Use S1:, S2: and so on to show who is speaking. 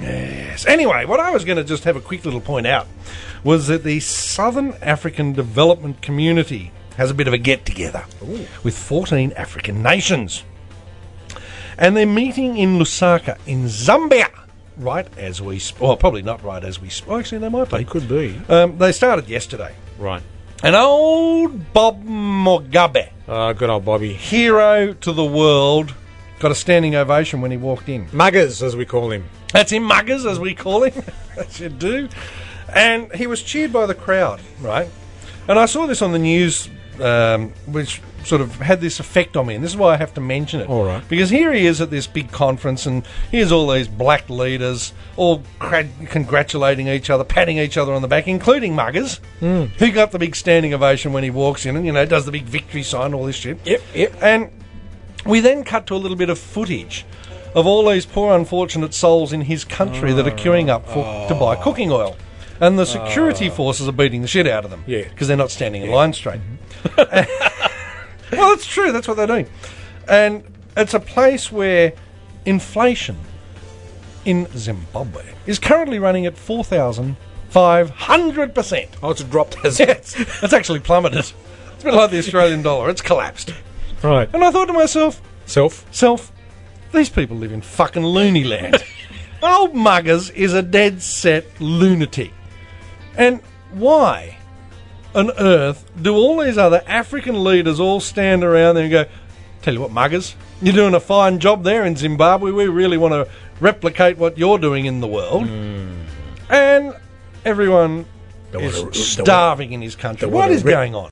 S1: Yes. Anyway, what I was going to just have a quick little point out was that the Southern African Development Community has a bit of a get together with 14 African nations. And they're meeting in Lusaka in Zambia right as we sp- well probably not right as we sp- actually they might be.
S2: They could be.
S1: Um, they started yesterday.
S2: Right.
S1: And old Bob Mugabe
S2: Ah, good old Bobby.
S1: hero to the world, got a standing ovation when he walked in.
S2: Muggers, as we call him.
S1: That's him, muggers, as we call him. That's you do. And he was cheered by the crowd, right? And I saw this on the news, um, which sort of had this effect on me. And this is why I have to mention it.
S2: All right.
S1: Because here he is at this big conference, and here's all these black leaders all cra- congratulating each other, patting each other on the back, including muggers,
S2: Hmm.
S1: who got the big standing ovation when he walks in and, you know, does the big victory sign, all this shit.
S2: Yep, yep.
S1: And we then cut to a little bit of footage of all these poor, unfortunate souls in his country that are queuing up for,
S2: Oh.
S1: to buy cooking oil. And the security forces are beating the shit out of them.
S2: Yeah. Mm-hmm.
S1: Because they're not standing in line straight. well, it's true. That's what they're doing. And it's a place where inflation in Zimbabwe is currently running at 4,500%.
S2: Oh, it's dropped as
S1: Yes, it's actually plummeted. It's a bit like the Australian dollar. It's collapsed.
S2: Right.
S1: And I thought to myself,
S2: Self.
S1: self, these people live in fucking loony land. Old Muggers is a dead set lunatic. And why on earth do all these other African leaders all stand around there and go, Tell you what, Muggers, you're doing a fine job there in Zimbabwe. We really want to replicate what you're doing in the world. And everyone
S2: They
S1: is
S2: wanna- Hmm. they wanna-
S1: starving in his country.
S2: they
S1: What
S2: wanna
S1: is
S2: rip-
S1: going on?